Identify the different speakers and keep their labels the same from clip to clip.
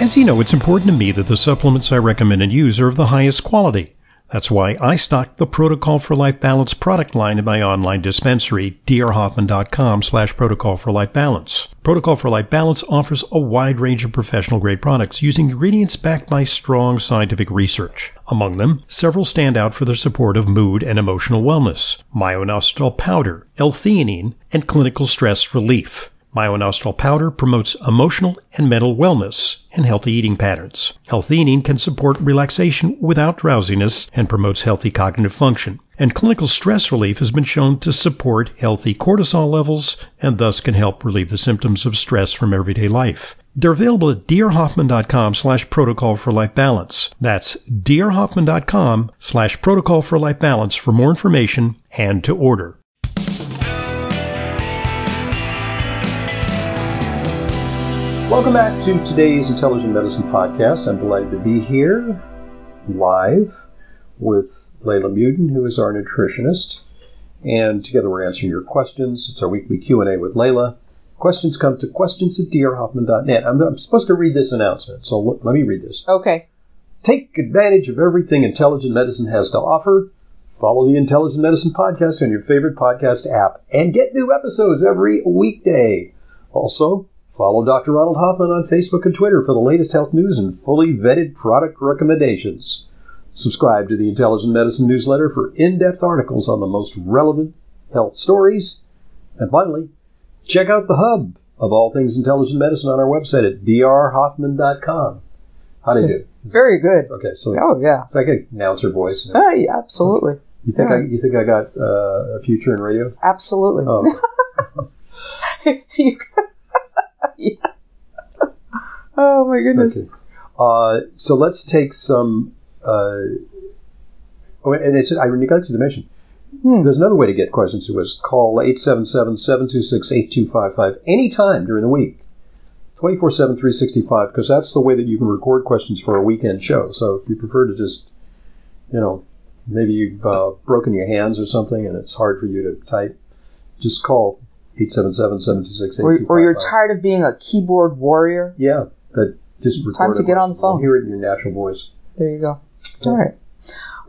Speaker 1: As you know, it's important to me that the supplements I recommend and use are of the highest quality. That's why I stock the Protocol for Life Balance product line in my online dispensary, drhoffman.com slash protocol for life balance. Protocol for Life Balance offers a wide range of professional grade products using ingredients backed by strong scientific research. Among them, several stand out for their support of mood and emotional wellness, myonostal powder, L-theanine, and clinical stress relief. Myonostal powder promotes emotional and mental wellness and healthy eating patterns. Healthienine can support relaxation without drowsiness and promotes healthy cognitive function. And clinical stress relief has been shown to support healthy cortisol levels and thus can help relieve the symptoms of stress from everyday life. They're available at drhoffman.com slash protocol for life balance. That's drhoffman.com slash protocol for life balance for more information and to order. Welcome back to today's Intelligent Medicine Podcast. I'm delighted to be here live with Layla Muden, who is our nutritionist. And together we're answering your questions. It's our weekly Q&A with Layla. Questions come to questions at drhoffman.net. I'm, I'm supposed to read this announcement, so let, let me read this.
Speaker 2: Okay.
Speaker 1: Take advantage of everything Intelligent Medicine has to offer. Follow the Intelligent Medicine Podcast on your favorite podcast app and get new episodes every weekday. Also, Follow Dr. Ronald Hoffman on Facebook and Twitter for the latest health news and fully vetted product recommendations. Subscribe to the Intelligent Medicine newsletter for in depth articles on the most relevant health stories. And finally, check out the hub of all things intelligent medicine on our website at drhoffman.com. How do you do?
Speaker 2: Very good.
Speaker 1: Okay, so
Speaker 2: Oh yeah.
Speaker 1: it's like an announcer voice.
Speaker 2: Oh, yeah, absolutely.
Speaker 1: You think I you think I got uh, a future in radio?
Speaker 2: Absolutely.
Speaker 1: Um,
Speaker 2: You- Yeah. Oh my goodness.
Speaker 1: Okay. Uh, so let's take some. Uh, oh, and it's, I neglected to mention.
Speaker 2: Hmm.
Speaker 1: There's another way to get questions to us. Call 877-726-8255 anytime during the week. 24-7, 365, because that's the way that you can record questions for a weekend show. So if you prefer to just, you know, maybe you've uh, broken your hands or something and it's hard for you to type, just call 877-726-8255.
Speaker 2: Or, or you're tired of being a keyboard warrior?
Speaker 1: Yeah, that just record
Speaker 2: Time to
Speaker 1: it.
Speaker 2: get on the
Speaker 1: We'll
Speaker 2: phone.
Speaker 1: hear it in your natural voice.
Speaker 2: There you go. All right.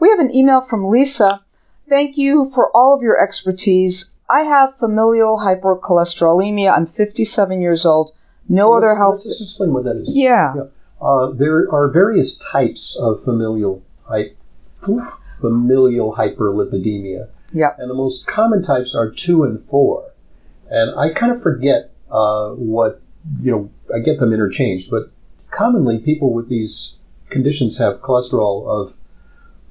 Speaker 2: We have an email from Lisa. Thank you for all of your expertise. I have familial hypercholesterolemia. I'm 57 years old. No other
Speaker 1: Let's-
Speaker 2: health.
Speaker 1: Let's just explain what that is.
Speaker 2: Yeah.
Speaker 1: Yeah. Uh, there are various types of familial hy- familial hyperlipidemia,
Speaker 2: Yeah.
Speaker 1: and the most common types are two and four. And I kind of forget uh, what you know. I get them interchanged, but commonly people with these conditions have cholesterol of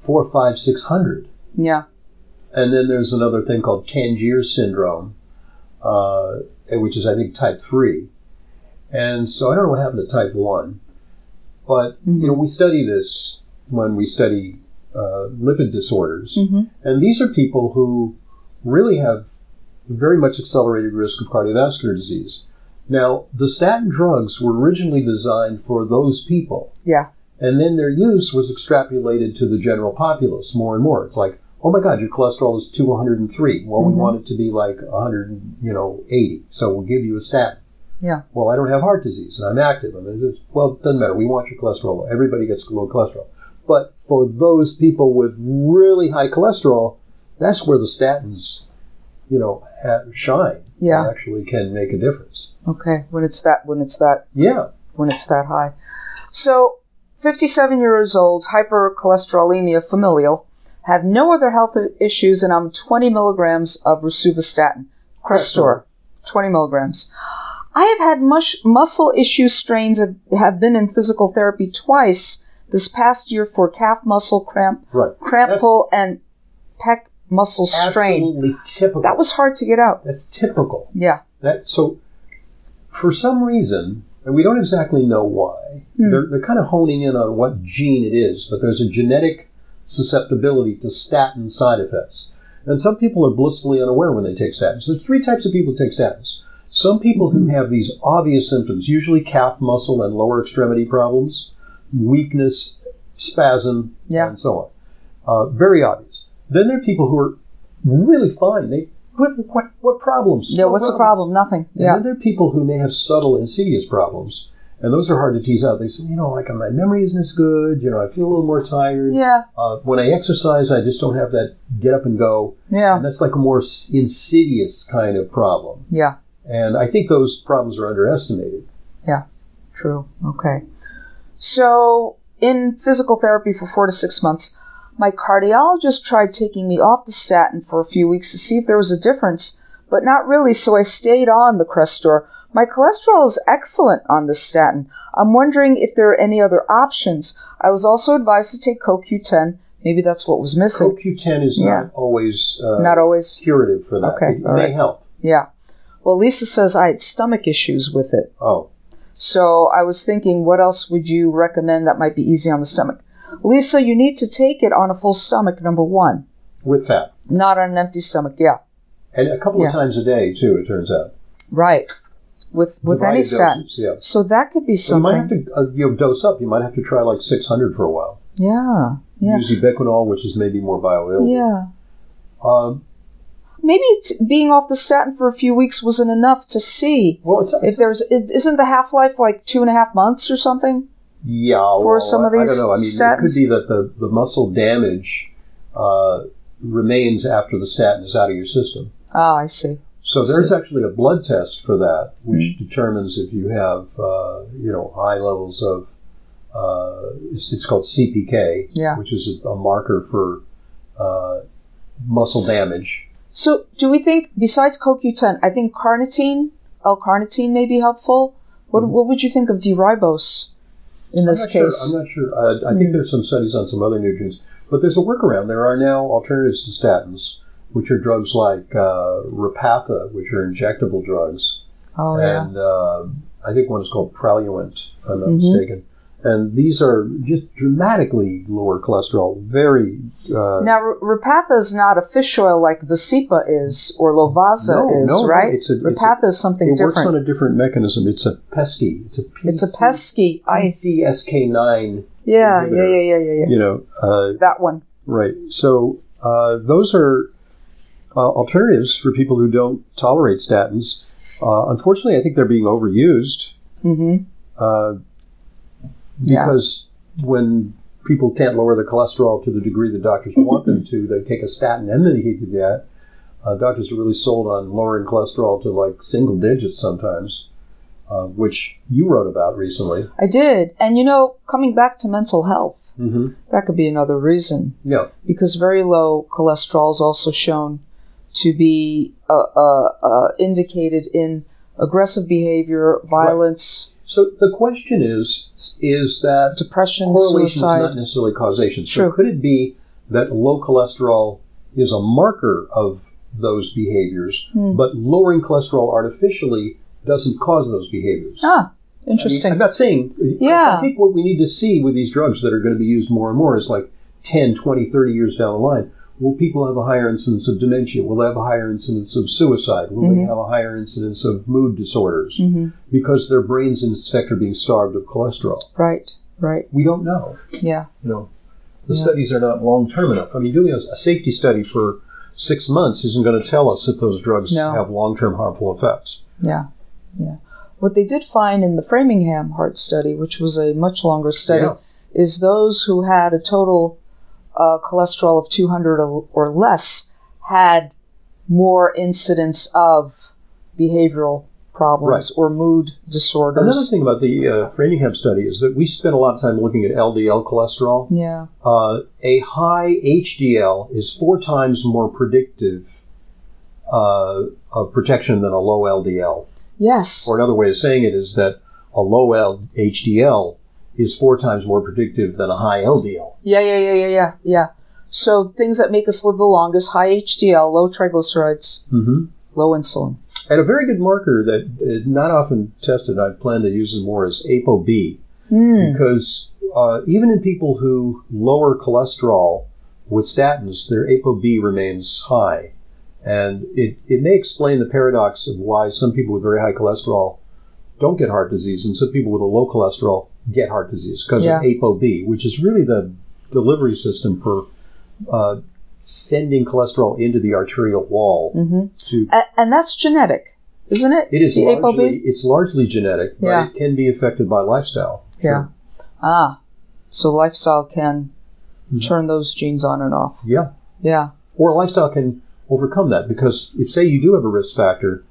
Speaker 1: four, five, six hundred.
Speaker 2: Yeah.
Speaker 1: And then there's another thing called Tangier syndrome, uh, which is, I think, type 3. And so I don't know what happened to type 1. But, you know, we study this when we study uh, lipid disorders.
Speaker 2: Mm-hmm.
Speaker 1: And these are people who really have very much accelerated risk of cardiovascular disease. Now, the statin drugs were originally designed for those people
Speaker 2: Yeah.
Speaker 1: and then their use was extrapolated to the general populace more and more. It's like, oh my God, your cholesterol is 203. Well,
Speaker 2: Mm-hmm.
Speaker 1: we want it to be like 100, you know, 80. So we'll give you a statin.
Speaker 2: Yeah.
Speaker 1: Well, I don't have heart disease and I'm active. And it's just- well, it doesn't matter. We want your cholesterol. low. Everybody gets low cholesterol. But for those people with really high cholesterol, that's where the statins, you know, ha- shine.
Speaker 2: Yeah.
Speaker 1: They actually can make a difference.
Speaker 2: Okay. When it's that. When it's that.
Speaker 1: Yeah.
Speaker 2: when it's that high. So, 57 years old, hypercholesterolemia familial, have no other health issues, and I'm 20 milligrams of rosuvastatin, Crestor, 20 milligrams. I have had mush, muscle issue strains, have, have been in physical therapy twice this past year for calf muscle cramp,
Speaker 1: Right.
Speaker 2: cramp
Speaker 1: That's
Speaker 2: pull, and pec muscle strain.
Speaker 1: Absolutely typical.
Speaker 2: That was hard to get out.
Speaker 1: that's typical.
Speaker 2: Yeah.
Speaker 1: That so, for some reason, and we don't exactly know why,
Speaker 2: Hmm.
Speaker 1: they're, they're kind of honing in on what gene it is, but there's a genetic susceptibility to statin side effects. And some people are blissfully unaware when they take statins. There's three types of people who take statins. Some people who have these obvious symptoms, usually calf muscle and lower extremity problems, weakness, spasm,
Speaker 2: Yeah.
Speaker 1: and so on. Uh, very obvious. Then there are people who are really fine. They what what, what problems?
Speaker 2: Yeah,
Speaker 1: What
Speaker 2: what's the
Speaker 1: problems?
Speaker 2: problem? Nothing.
Speaker 1: And
Speaker 2: Yeah.
Speaker 1: then there are people who may have subtle, insidious problems.
Speaker 3: And those are hard to tease out. They say, you know, like my memory isn't as good. You know, I feel a little more tired.
Speaker 2: Yeah.
Speaker 3: Uh, when I exercise, I just don't have that get up and go.
Speaker 2: Yeah.
Speaker 3: And that's like a more s- insidious kind of problem.
Speaker 2: Yeah.
Speaker 3: And I think those problems are underestimated.
Speaker 2: True. Okay. So, in physical therapy for four to six months, my cardiologist tried taking me off the statin for a few weeks to see if there was a difference, but not really, so I stayed on the Crestor. My cholesterol is excellent on the statin. I'm wondering if there are any other options. I was also advised to take CoQ10. Maybe that's what was missing.
Speaker 3: CoQ10 is
Speaker 2: Yeah.
Speaker 3: not always uh,
Speaker 2: not always.
Speaker 3: curative for that.
Speaker 2: Okay,
Speaker 3: It
Speaker 2: all
Speaker 3: may
Speaker 2: right.
Speaker 3: help.
Speaker 2: Yeah. Well, Lisa says I had stomach issues with it.
Speaker 3: Oh,
Speaker 2: So I was thinking, what else would you recommend that might be easy on the stomach? Lisa, you need to take it on a full stomach, number one,
Speaker 3: with that.
Speaker 2: not on an empty stomach. Yeah.
Speaker 3: And a couple
Speaker 2: Yeah.
Speaker 3: of times a day, too, it turns out.
Speaker 2: Right. With, with any
Speaker 3: Divided
Speaker 2: statin.
Speaker 3: doses, Yeah.
Speaker 2: So that could be
Speaker 3: So you might have
Speaker 2: something.
Speaker 3: to uh, you know, dose up. You might have to try like 600 for a while.
Speaker 2: Yeah. Yeah.
Speaker 3: Use ubiquinol, which is maybe more bioavailable.
Speaker 2: Yeah.
Speaker 3: Um,
Speaker 2: Maybe t- being off the statin for a few weeks wasn't enough to see
Speaker 3: well, it's,
Speaker 2: if there's, is, isn't the half life like two and a half months or something?
Speaker 3: yeah.
Speaker 2: for
Speaker 3: well,
Speaker 2: some of
Speaker 3: I-
Speaker 2: these
Speaker 3: I don't know. I mean, it
Speaker 2: statins?
Speaker 3: could be that the, the muscle damage uh, remains after the statin is out of your system.
Speaker 2: Ah, I see.
Speaker 3: So there's actually a blood test for that, which
Speaker 2: Hmm.
Speaker 3: determines if you have uh, you know high levels of uh, it's, it's called CPK,
Speaker 2: Yeah.
Speaker 3: which is a, a marker for uh, muscle damage.
Speaker 2: So, do we think besides CoQ10, I think carnitine, L-carnitine may be helpful. What what would you think of D-ribose in this
Speaker 3: Hmm. I'm not
Speaker 2: case? Hmm.
Speaker 3: Sure, I'm not sure. Uh, I think there's some studies on some other nutrients, but there's a workaround. There are now alternatives to statins, which are drugs like uh, Repatha, which are injectable drugs,
Speaker 2: oh yeah,
Speaker 3: and uh, I think one is called Praluent, if I'm not
Speaker 2: Mhm.
Speaker 3: mistaken. And these are just dramatically lower cholesterol, very uh,
Speaker 2: now R- Repatha is not a fish oil like Vasipa is or Lovaza
Speaker 3: No,
Speaker 2: is,
Speaker 3: no, no,
Speaker 2: right?
Speaker 3: it's a- it's a-
Speaker 2: Repatha is something
Speaker 3: It works on
Speaker 2: different.
Speaker 3: a different mechanism. It's a pesky. It's a PC,
Speaker 2: it's a pesky. I
Speaker 3: PCSK9.
Speaker 2: yeah yeah
Speaker 3: inhibitor.
Speaker 2: yeah yeah yeah yeah.
Speaker 3: You know, uh,
Speaker 2: That one.
Speaker 3: Right. So uh, those are uh, alternatives for people who don't tolerate statins. Uh, unfortunately, I think they're being overused
Speaker 2: Mm-hmm.
Speaker 3: uh,
Speaker 2: Yeah.
Speaker 3: because when people can't lower their cholesterol to the degree the doctors want them to, they take a statin and then they do that. Uh, doctors are really sold on lowering cholesterol to like single digits sometimes, uh, which you wrote about recently.
Speaker 2: I did, and you know, coming back to mental health,
Speaker 3: Mm-hmm.
Speaker 2: that could be another reason.
Speaker 3: Yeah.
Speaker 2: because very low cholesterol is also shown to be uh, uh, uh, indicated in aggressive behavior, violence,
Speaker 3: So the question is: Is that
Speaker 2: depression,
Speaker 3: correlation is
Speaker 2: suicide.
Speaker 3: not necessarily causation. So
Speaker 2: True.
Speaker 3: could it be that low cholesterol is a marker of those behaviors,
Speaker 2: Hmm.
Speaker 3: but lowering cholesterol artificially doesn't cause those behaviors?
Speaker 2: ah,
Speaker 3: I mean,
Speaker 2: interesting.
Speaker 3: I'm not saying.
Speaker 2: Yeah.
Speaker 3: I think what we need to see with these drugs that are going to be used more and more is like 10, 20, 30 years down the line. Will people have a higher incidence of dementia? Will they have a higher incidence of suicide? Will
Speaker 2: Mm-hmm.
Speaker 3: they have a higher incidence of mood disorders? Because their brains, in effect, are being starved of cholesterol.
Speaker 2: right, right.
Speaker 3: We don't know
Speaker 2: Yeah,
Speaker 3: you know, the studies are not long term enough. I mean, doing a, a safety study for six months isn't going to tell us if those drugs
Speaker 2: No.
Speaker 3: have long term harmful effects.
Speaker 2: yeah, yeah. What they did find in the Framingham heart study, which was a much longer study,
Speaker 3: Yeah.
Speaker 2: is those who had a total uh, cholesterol of 200 or or less had more incidence of behavioral problems or mood
Speaker 3: Another
Speaker 2: disorders.
Speaker 3: thing about the uh, Framingham study is that we spent a lot of time looking at LDL cholesterol.
Speaker 2: Yeah,
Speaker 3: Uh, a high HDL is four times more predictive uh, of protection than a low LDL.
Speaker 2: yes,
Speaker 3: Or another way of saying it is that a low L- HDL is four times more predictive than a high LDL.
Speaker 2: yeah, yeah, yeah, yeah, yeah, yeah. So things that make us live the longest: high HDL, low triglycerides,
Speaker 3: Mm-hmm.
Speaker 2: low insulin.
Speaker 3: And a very good marker that is not often tested, I plan to use it more, is ApoB.
Speaker 2: Hmm.
Speaker 3: Hmm. Because uh, even in people who lower cholesterol with statins, their ApoB remains high. And it, it may explain the paradox of why some people with very high cholesterol don't get heart disease and some people with a low cholesterol get heart disease because
Speaker 2: Yeah.
Speaker 3: of ApoB, which is really the delivery system for uh, sending cholesterol into the arterial wall
Speaker 2: Mhm.
Speaker 3: to
Speaker 2: A- and that's genetic. isn't it?
Speaker 3: It is
Speaker 2: the
Speaker 3: largely
Speaker 2: ApoB?
Speaker 3: it's largely genetic, but
Speaker 2: Yeah.
Speaker 3: it can be affected by lifestyle.
Speaker 2: Yeah. Ah, so lifestyle can turn those genes on and off.
Speaker 3: Mm-hmm. Yeah.
Speaker 2: Yeah.
Speaker 3: or lifestyle can overcome that because if say you do have a risk factor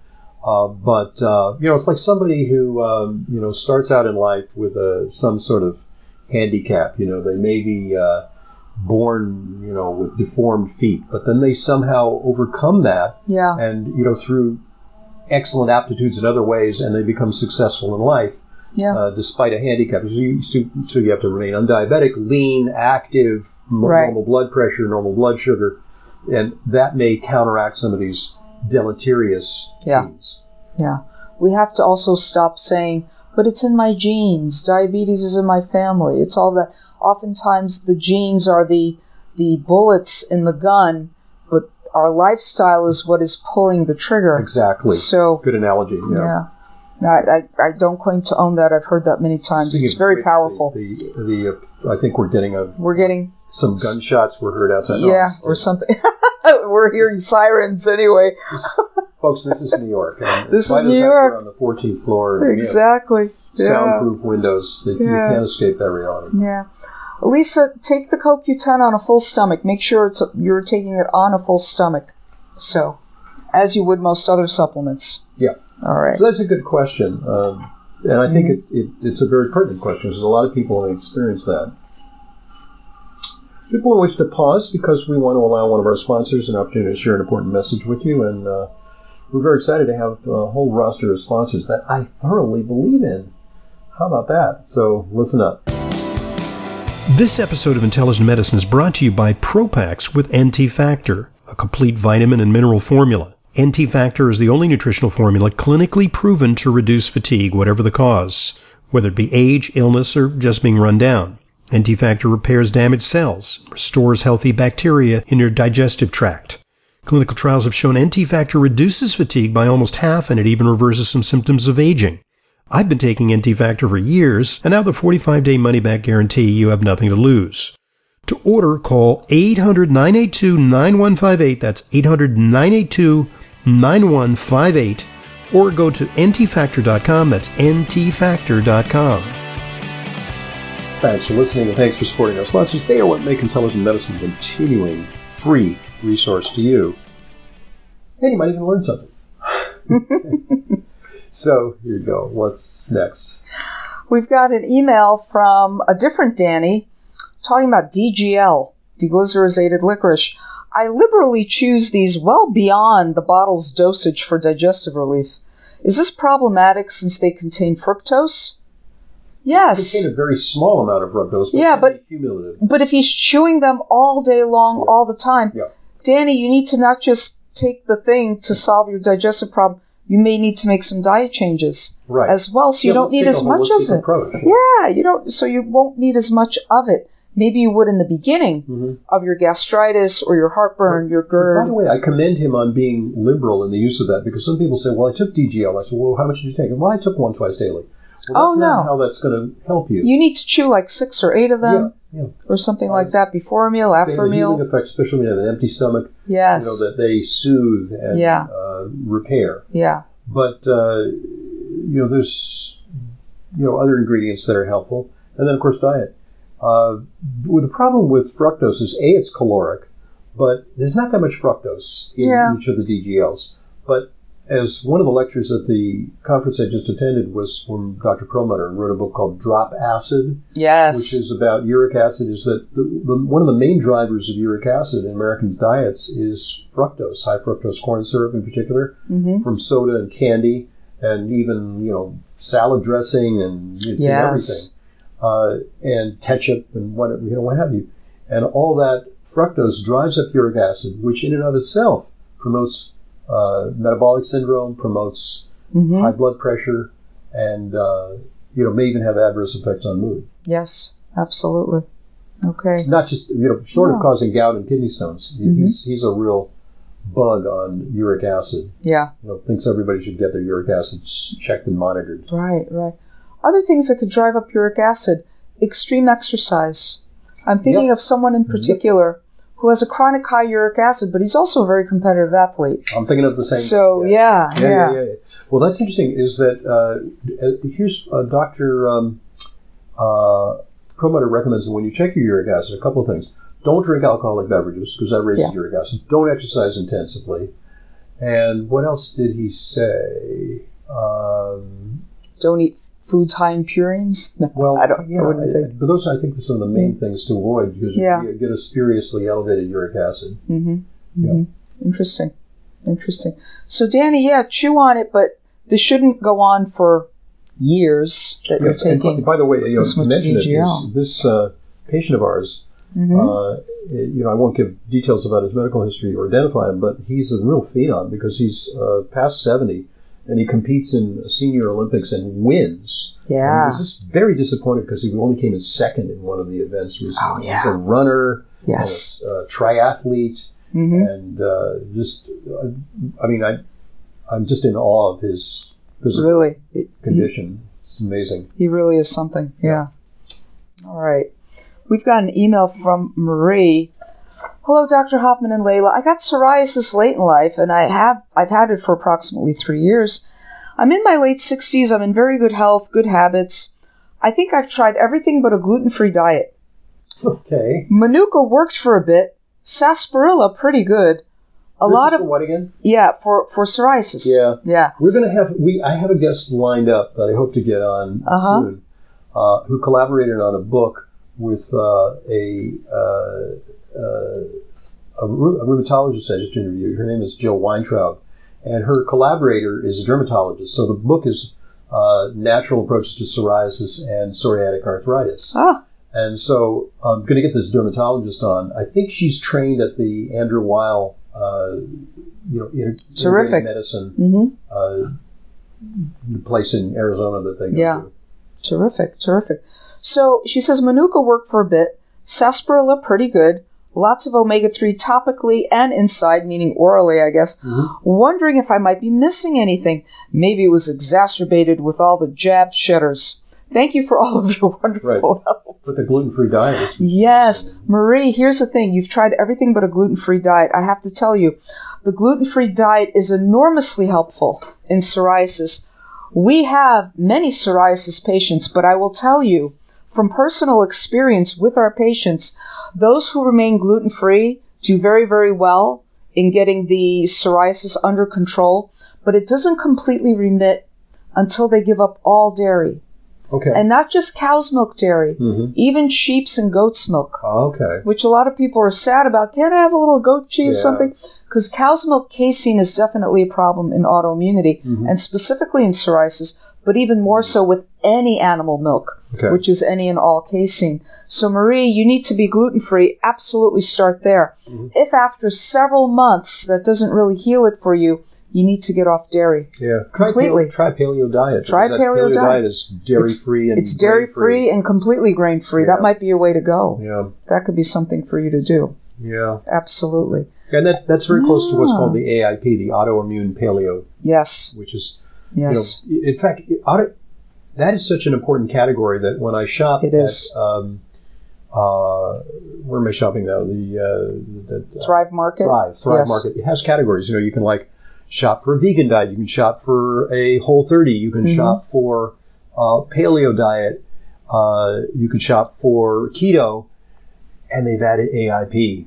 Speaker 3: uh, but uh, you know it's like somebody who um, you know starts out in life with a, some sort of handicap you know they may be uh, born you know with deformed feet but then they somehow overcome that
Speaker 2: Yeah.
Speaker 3: and you know through excellent aptitudes in other ways and they become successful in life
Speaker 2: Yeah.
Speaker 3: uh, despite a handicap. So you, so, so you have to remain undiabetic, lean, active, m-
Speaker 2: Right.
Speaker 3: normal blood pressure, normal blood sugar, and that may counteract some of these deleterious
Speaker 2: Yeah.
Speaker 3: genes.
Speaker 2: Yeah. We have to also stop saying, but it's in my genes. Diabetes is in my family. It's all that. Oftentimes the genes are the, the bullets in the gun, but our lifestyle is what is pulling the trigger.
Speaker 3: Exactly.
Speaker 2: So,
Speaker 3: Good analogy. Yeah.
Speaker 2: yeah. I, I, I don't claim to own that. I've heard that many times.
Speaker 3: Speaking
Speaker 2: it's
Speaker 3: of
Speaker 2: very
Speaker 3: which,
Speaker 2: powerful.
Speaker 3: The, the, uh, I think we're getting a,
Speaker 2: We're getting,
Speaker 3: some gunshots were heard outside.
Speaker 2: yeah,
Speaker 3: Oh,
Speaker 2: or something. We're hearing sirens anyway.
Speaker 3: folks, this is New York. and
Speaker 2: This
Speaker 3: despite
Speaker 2: is
Speaker 3: the
Speaker 2: New
Speaker 3: fact we're
Speaker 2: York.
Speaker 3: on the 14th floor. and we have
Speaker 2: Exactly. Yeah.
Speaker 3: Soundproof windows. that You
Speaker 2: Yeah.
Speaker 3: can't escape that reality.
Speaker 2: Yeah. Lisa, take the CoQ10 on a full stomach. Make sure it's you're taking it on a full stomach. So, as you would most other supplements.
Speaker 3: Yeah.
Speaker 2: All right.
Speaker 3: So that's a good question. Um, and I think it, it, it's a very pertinent question because a lot of people have experienced that. Good point, which to pause because we want to allow one of our sponsors an opportunity to share an important message with you. And uh, we're very excited to have a whole roster of sponsors that I thoroughly believe in. How about that? So listen up.
Speaker 1: This episode of Intelligent Medicine is brought to you by Propax with NT Factor, a complete vitamin and mineral formula. NT Factor is the only nutritional formula clinically proven to reduce fatigue, whatever the cause, whether it be age, illness, or just being run down. NT Factor repairs damaged cells, restores healthy bacteria in your digestive tract. Clinical trials have shown NT Factor reduces fatigue by almost half and it even reverses some symptoms of aging. I've been taking NT Factor for years, and now the 45 day money back guarantee you have nothing to lose. To order, call 800 982 9158. That's 800 982 9158. Or go to ntfactor.com. That's ntfactor.com.
Speaker 3: Thanks for listening and thanks for supporting our sponsors. They are what make intelligent medicine a continuing free resource to you. And you might even learn something. so here you go. What's next?
Speaker 2: We've got an email from a different Danny talking about DGL, deglycerated licorice. I liberally choose these well beyond the bottle's dosage for digestive relief. Is this problematic since they contain fructose? Yes.
Speaker 3: Contain a very small amount of fructose.
Speaker 2: Yeah,
Speaker 3: it can
Speaker 2: but-
Speaker 3: be cumulative.
Speaker 2: But if he's chewing them all day long, all the time,
Speaker 3: Yeah.
Speaker 2: Danny, you need to not just take the thing to solve your digestive problem. You may need to make some diet changes
Speaker 3: Right.
Speaker 2: as well, so you
Speaker 3: Yeah,
Speaker 2: don't
Speaker 3: let's
Speaker 2: need
Speaker 3: take
Speaker 2: as
Speaker 3: a
Speaker 2: much as
Speaker 3: holistic
Speaker 2: it.
Speaker 3: Approach.
Speaker 2: Yeah, you don't. So you won't need as much of it. Maybe you would in the beginning of your gastritis or your heartburn, your
Speaker 3: Mm-hmm. By the
Speaker 2: GERD.
Speaker 3: way, I commend him on being liberal in the use of that because some people say, "Well, I took DGL." I said, "Well, how much did you take?" Well, I took one twice daily. Well,
Speaker 2: Oh,
Speaker 3: that's not
Speaker 2: no.
Speaker 3: how that's going to help you.
Speaker 2: You need to chew like six or eight of them,
Speaker 3: yeah, yeah.
Speaker 2: or something like that, before a meal,
Speaker 3: They
Speaker 2: after
Speaker 3: have
Speaker 2: a
Speaker 3: a healing
Speaker 2: meal.
Speaker 3: effect, especially when you have an empty stomach.
Speaker 2: Yes.
Speaker 3: you know, that they soothe and
Speaker 2: Yeah.
Speaker 3: uh, repair.
Speaker 2: yeah.
Speaker 3: But uh, you know, there's you know other ingredients that are helpful, and then of course diet. Uh, well, the problem with fructose is a it's caloric, but there's not that much fructose in
Speaker 2: Yeah.
Speaker 3: each of the DGLs. But as one of the lectures at the conference I just attended was from Dr. Perlmutter, who wrote a book called Drop Acid which
Speaker 2: Yes.
Speaker 3: is about uric acid, is that the, the, one of the main drivers of uric acid in Americans' diets is fructose, high fructose corn syrup in particular,
Speaker 2: Mhm.
Speaker 3: from soda and candy, and even you know salad dressing and it's in
Speaker 2: Yes.
Speaker 3: everything, uh, and ketchup and what you know what have you, and all that fructose drives up uric acid, which in and of itself promotes uh, metabolic syndrome, promotes
Speaker 2: Mhm.
Speaker 3: high blood pressure, and uh, you know may even have adverse effects on mood
Speaker 2: Yes. Absolutely. Okay.
Speaker 3: not just you know short of
Speaker 2: No.
Speaker 3: causing gout and kidney stones he- he's,
Speaker 2: Mm-hmm.
Speaker 3: he's a real bug on uric acid
Speaker 2: Yeah.
Speaker 3: you know thinks everybody should get their uric acid s- checked and monitored
Speaker 2: Right, right. Other things that could drive up uric acid extreme exercise. I'm thinking
Speaker 3: Yep. Mm-hmm.
Speaker 2: of someone in particular who has a chronic high uric acid, but he's also a very competitive athlete.
Speaker 3: i'm thinking of the same
Speaker 2: So, yeah,
Speaker 3: yeah, yeah,
Speaker 2: yeah.
Speaker 3: yeah, yeah. Well, that's interesting. Is that uh, uh, here's uh, Doctor um, uh, Perlmutter recommends that when you check your uric acid, a couple of things: don't drink alcoholic beverages because that raises
Speaker 2: Yeah.
Speaker 3: uric acid. Don't exercise intensively. And what else did he say? Um,
Speaker 2: Don't eat foods high in purines. No,
Speaker 3: well,
Speaker 2: I don't.
Speaker 3: Yeah,
Speaker 2: I wouldn't
Speaker 3: I-
Speaker 2: think.
Speaker 3: But those, I think, are some of the main things to avoid because
Speaker 2: Yeah.
Speaker 3: you get a spuriously elevated uric acid.
Speaker 2: Mm-hmm.
Speaker 3: Yeah.
Speaker 2: hmm Interesting. Interesting. So, Danny, yeah, chew on it, but this shouldn't go on for years that you're
Speaker 3: Yes, and
Speaker 2: taking.
Speaker 3: by the way, you know,
Speaker 2: this
Speaker 3: to
Speaker 2: much
Speaker 3: mention it, this,
Speaker 2: DGL.
Speaker 3: this uh, patient of ours,
Speaker 2: Mhm.
Speaker 3: uh, you know, I won't give details about his medical history or identify him, but he's a real phenom because he's uh, past 70 and he competes in senior Olympics and wins. And he
Speaker 2: yeah.
Speaker 3: was just very disappointed because he only came in second in one of the events recently.
Speaker 2: Oh, yeah.
Speaker 3: He's a runner,
Speaker 2: Yes.
Speaker 3: a, uh, triathlete,
Speaker 2: hmm
Speaker 3: and uh, just, uh, I mean, I, I'm just in awe of his physical
Speaker 2: Really. It- he,
Speaker 3: condition. It's amazing.
Speaker 2: he really is something. Yeah. All right. We've got an email from Marie. Hello, Dr. Hoffman and Layla. I got psoriasis late in life, and I have I've had it for approximately three years. I'm in my late sixties. I'm in very good health, good habits. I think I've tried everything but a gluten-free diet.
Speaker 3: Okay.
Speaker 2: Manuka worked for a bit. Sarsaparilla, pretty good. A
Speaker 3: This
Speaker 2: lot
Speaker 3: is
Speaker 2: of
Speaker 3: the what again?
Speaker 2: yeah for for psoriasis.
Speaker 3: Yeah.
Speaker 2: yeah.
Speaker 3: We're gonna have we. I have a guest lined up that I hope to get on
Speaker 2: Uh-huh.
Speaker 3: soon, uh, who collaborated on a book with uh, a, uh, uh, a rheu- a rheumatologist I just interviewed. Her name is Jill Weintraub, and her collaborator is a dermatologist. So the book is uh, Natural Approaches to Psoriasis and Psoriatic Arthritis.
Speaker 2: Ah,
Speaker 3: And so I'm going to get this dermatologist on. I think she's trained at the Andrew Weil, uh, you know, inter-
Speaker 2: Terrific.
Speaker 3: integrative medicine
Speaker 2: mm-hmm.
Speaker 3: uh, the place in Arizona that they go
Speaker 2: Yeah.
Speaker 3: to.
Speaker 2: terrific, terrific. So she says Manuka worked for a bit. Sarsaparilla, pretty good. Lots of omega three topically and inside, meaning orally, I guess. Wondering if I might be missing anything. Maybe it was exacerbated with all the jab shedders. Thank you for all of your wonderful help.
Speaker 3: But the gluten free diet is.
Speaker 2: Yes, Marie, here's the thing. You've tried everything but a gluten free diet. I have to tell you, the gluten free diet is enormously helpful in psoriasis. We have many psoriasis patients, but I will tell you from personal experience with our patients, those who remain gluten free do very, very well in getting the psoriasis under control, but it doesn't completely remit until they give up all dairy.
Speaker 3: Okay.
Speaker 2: And not just cow's milk dairy,
Speaker 3: Mhm.
Speaker 2: even sheep's and goat's milk,
Speaker 3: Oh, Okay.
Speaker 2: which a lot of people are sad about. Can't I have a little goat cheese,
Speaker 3: Yeah.
Speaker 2: something? Because cow's milk casein is definitely a problem in autoimmunity
Speaker 3: Mhm.
Speaker 2: and specifically in psoriasis, but even more so with any animal milk,
Speaker 3: Okay.
Speaker 2: which is any and all casein. So, Marie, you need to be gluten free. Absolutely start there.
Speaker 3: Mm-hmm.
Speaker 2: If after several months that doesn't really heal it for you, you need to get off dairy.
Speaker 3: yeah. Try
Speaker 2: Completely.
Speaker 3: Paleo, try paleo diet.
Speaker 2: Try
Speaker 3: because that
Speaker 2: paleo
Speaker 3: paleo
Speaker 2: diet.
Speaker 3: diet is dairy free and
Speaker 2: it's dairy free and completely grain free.
Speaker 3: Yeah.
Speaker 2: That might be your way to go.
Speaker 3: Yeah.
Speaker 2: That could be something for you to do.
Speaker 3: Yeah.
Speaker 2: Absolutely.
Speaker 3: And that, that's very close to what's
Speaker 2: Yeah.
Speaker 3: called the AIP, the autoimmune paleo,
Speaker 2: Yes.
Speaker 3: which is,
Speaker 2: Yes.
Speaker 3: you know, in fact, auto, that is such an important category that when I shop
Speaker 2: It
Speaker 3: at,
Speaker 2: is.
Speaker 3: um, uh, where am I shopping now? The, uh, the, the
Speaker 2: Thrive Market.
Speaker 3: Thrive, Thrive
Speaker 2: Yes.
Speaker 3: Market. It has categories. You know, you can like shop for a vegan diet. You can shop for a Whole 30. You can
Speaker 2: Mhm.
Speaker 3: shop for uh, paleo diet. Uh, you can shop for keto. And they've added AIP,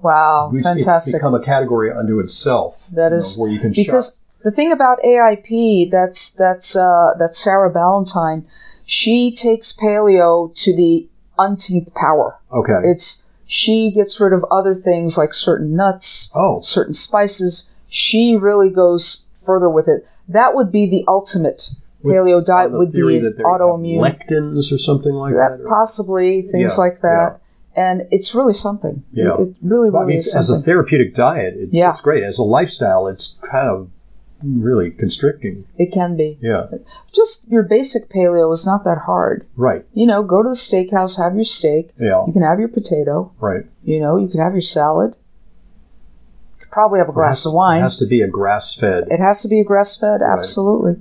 Speaker 2: Wow.
Speaker 3: which it's
Speaker 2: Fantastic.
Speaker 3: become a category unto itself.
Speaker 2: That
Speaker 3: you
Speaker 2: is-
Speaker 3: know, where you can
Speaker 2: Because
Speaker 3: shop.
Speaker 2: the thing about AIP, that's that's uh, that's Sarah Ballantyne. She takes paleo to the umpteenth power.
Speaker 3: Okay.
Speaker 2: It's she gets rid of other things like certain nuts,
Speaker 3: oh,
Speaker 2: certain spices. She really goes further with it. That would be the ultimate
Speaker 3: With-
Speaker 2: paleo diet.
Speaker 3: on the
Speaker 2: Would be
Speaker 3: theory
Speaker 2: an
Speaker 3: that they have
Speaker 2: autoimmune.
Speaker 3: lectins or something like that.
Speaker 2: that
Speaker 3: or-
Speaker 2: possibly things
Speaker 3: Yeah,
Speaker 2: like that. And it's really something.
Speaker 3: Yeah.
Speaker 2: It, it really, really
Speaker 3: Well, I mean,
Speaker 2: is
Speaker 3: as a
Speaker 2: something.
Speaker 3: therapeutic diet, it's,
Speaker 2: Yeah.
Speaker 3: it's great. As a lifestyle, it's kind of really constricting.
Speaker 2: it can be.
Speaker 3: Yeah.
Speaker 2: Just your basic paleo is not that hard.
Speaker 3: Right.
Speaker 2: You know, go to the steakhouse, have your steak.
Speaker 3: Yeah.
Speaker 2: You can have your potato.
Speaker 3: Right.
Speaker 2: You know, you can have your salad. You could probably have a glass
Speaker 3: Has-
Speaker 2: of wine.
Speaker 3: It has to be a grass fed.
Speaker 2: it has to be grass fed.
Speaker 3: Right.
Speaker 2: Absolutely.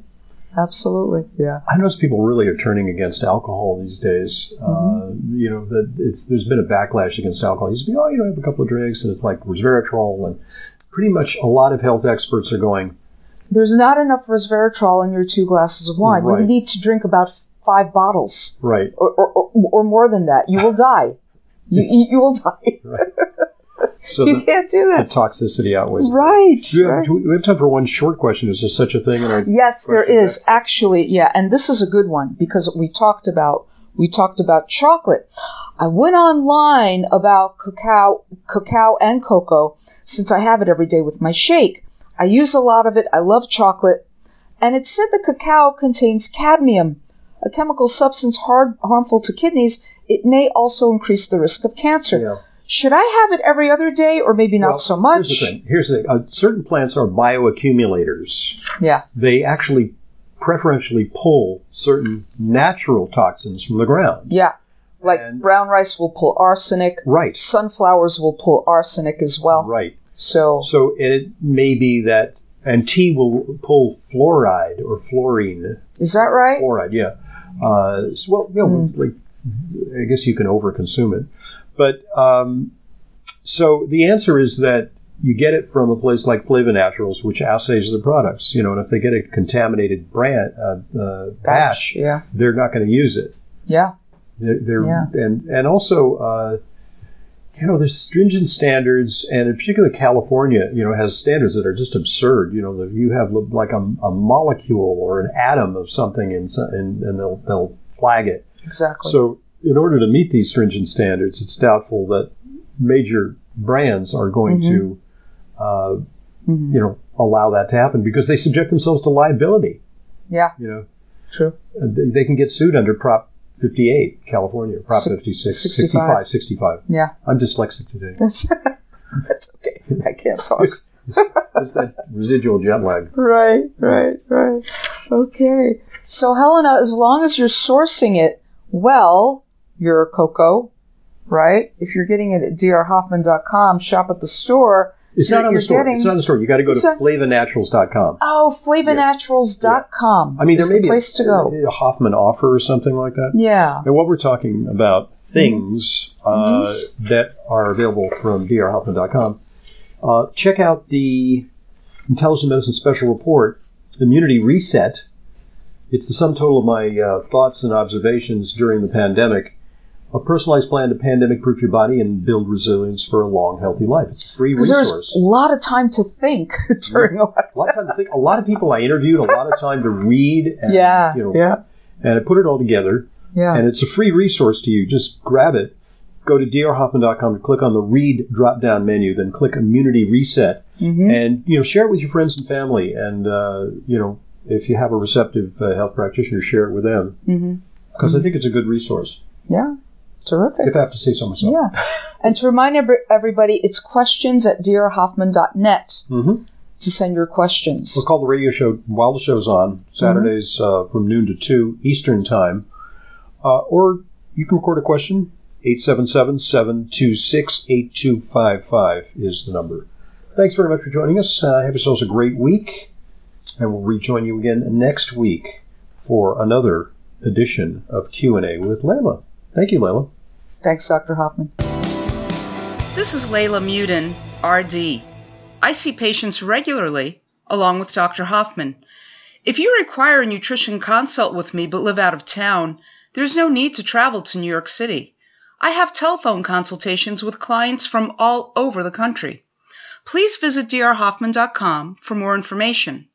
Speaker 2: Absolutely. Yeah.
Speaker 3: I notice people really are turning against alcohol these days. Uh,
Speaker 2: Mm-hmm.
Speaker 3: you know, that it's, there's been a backlash against alcohol. You used to be, oh, you know, have a couple of drinks, and it's like resveratrol, and pretty much a lot of health experts are going,
Speaker 2: There's not enough resveratrol in your two glasses of wine.
Speaker 3: Right.
Speaker 2: You need to drink about f- five bottles
Speaker 3: Right.
Speaker 2: or, or, or, or more than that. You will die. You, you, you will die.
Speaker 3: So
Speaker 2: you
Speaker 3: the,
Speaker 2: can't do
Speaker 3: the
Speaker 2: that.
Speaker 3: toxicity outweighs.
Speaker 2: Right.
Speaker 3: Do we, have,
Speaker 2: right.
Speaker 3: do we do we have time for one short question? Is there such a thing? In our,
Speaker 2: Yes, there
Speaker 3: Question
Speaker 2: is actually. Yeah, and this is a good one because we talked about we talked about chocolate. I went online about cacao, cacao and cocoa since I have it every day with my shake. I use a lot of it. I love chocolate, and it said that cacao contains cadmium, a chemical substance hard, harmful to kidneys. It may also increase the risk of cancer.
Speaker 3: Yeah.
Speaker 2: Should I have it every other day, or maybe not
Speaker 3: Well,
Speaker 2: so much?
Speaker 3: Here's the thing. Here's the thing. Uh, certain plants are bioaccumulators.
Speaker 2: Yeah.
Speaker 3: They actually preferentially pull certain natural toxins from the ground.
Speaker 2: Yeah. Like
Speaker 3: And-
Speaker 2: brown rice will pull arsenic.
Speaker 3: Right.
Speaker 2: Sunflowers will pull arsenic as well.
Speaker 3: Right.
Speaker 2: So,
Speaker 3: So it may be that, and tea will pull fluoride or fluorine.
Speaker 2: is that right?
Speaker 3: Fluoride, yeah. Uh, so, well, you know, like I guess you can overconsume it, but um, so the answer is that you get it from a place like Flavonaturals, which assays the products. You know, and if they get a contaminated brand uh, uh, batch,
Speaker 2: Yeah.
Speaker 3: they're not going to use it.
Speaker 2: Yeah.
Speaker 3: They're, they're
Speaker 2: Yeah.
Speaker 3: and and also, uh, you know, there's stringent standards, and in particular, California, you know, has standards that are just absurd. You know, that you have li- like a, a molecule or an atom of something, in, so- and and they'll they'll flag it.
Speaker 2: Exactly.
Speaker 3: So, in order to meet these stringent standards, it's doubtful that major brands are going
Speaker 2: Mm-hmm.
Speaker 3: to, uh,
Speaker 2: Mhm.
Speaker 3: you know, allow that to happen because they subject themselves to liability.
Speaker 2: Yeah.
Speaker 3: You know,
Speaker 2: True.
Speaker 3: they, they can get sued under Prop 58, California, Prop
Speaker 2: Six-
Speaker 3: 56,
Speaker 2: 65.
Speaker 3: 65, 65.
Speaker 2: Yeah.
Speaker 3: I'm dyslexic today.
Speaker 2: That's that's okay. I can't talk.
Speaker 3: It's, it's- it's that residual jet lag.
Speaker 2: right. Right. Right. Okay. So, Helena, as long as you're sourcing it well, your cocoa, right? If you're getting it at drhoffman.com, shop at the store.
Speaker 3: It's not on
Speaker 2: You're
Speaker 3: the store.
Speaker 2: getting-
Speaker 3: It's not on the store. You got to go to
Speaker 2: It's a-
Speaker 3: flavanaturals.com.
Speaker 2: Oh, flavanaturals.com.
Speaker 3: I mean,
Speaker 2: is
Speaker 3: there may
Speaker 2: the
Speaker 3: be
Speaker 2: place
Speaker 3: a,
Speaker 2: to go.
Speaker 3: a Hoffman offer or something like that.
Speaker 2: Yeah.
Speaker 3: And what we're talking about things
Speaker 2: Mm-hmm.
Speaker 3: uh, that are available from drhoffman.com. Uh, check out the Intelligent Medicine Special Report, Immunity Reset. It's the sum total of my uh, thoughts and observations during the pandemic. A personalized plan to pandemic proof your body and build resilience for a long, healthy life. It's a free
Speaker 2: Because there's
Speaker 3: resource.
Speaker 2: a lot of time to think during a lot.
Speaker 3: A lot, of time to think, a lot of people I interviewed, a lot of time to read, and,
Speaker 2: Yeah,
Speaker 3: you know,
Speaker 2: yeah,
Speaker 3: and I put it all together.
Speaker 2: yeah.
Speaker 3: and it's a free resource to you. Just grab it. Go to drhoffman.com to click on the read drop down menu, then click immunity reset,
Speaker 2: Mhm.
Speaker 3: and you know share it with your friends and family, and uh, you know if you have a receptive uh, health practitioner, share it with them
Speaker 2: hmm
Speaker 3: because I think it's a good resource.
Speaker 2: Yeah, terrific.
Speaker 3: If I have to say so myself,
Speaker 2: Yeah. And to remind every- everybody, it's questions at drhoffman.net
Speaker 3: hmm
Speaker 2: to send your questions.
Speaker 3: we'll call the radio show while the show's on Saturdays uh, from noon to two Eastern time, uh, or you can record a question. 877-726-8255 is the number. Thanks very much for joining us. Uh, have yourselves a great week, and we'll rejoin you again next week for another edition of Q&A with Layla. Thank you, Layla.
Speaker 2: Thanks, Dr. Hoffman.
Speaker 4: This is Layla Mudin, RD. I see patients regularly, along with Dr. Hoffman. If you require a nutrition consult with me but live out of town, there's no need to travel to New York City. I have telephone consultations with clients from all over the country. Please visit drhoffman.com for more information.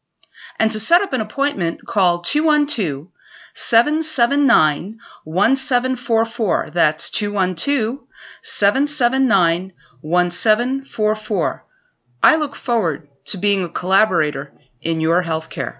Speaker 4: And to set up an appointment, call 212 779 1744. That's 212 779 1744. I look forward to being a collaborator in your healthcare.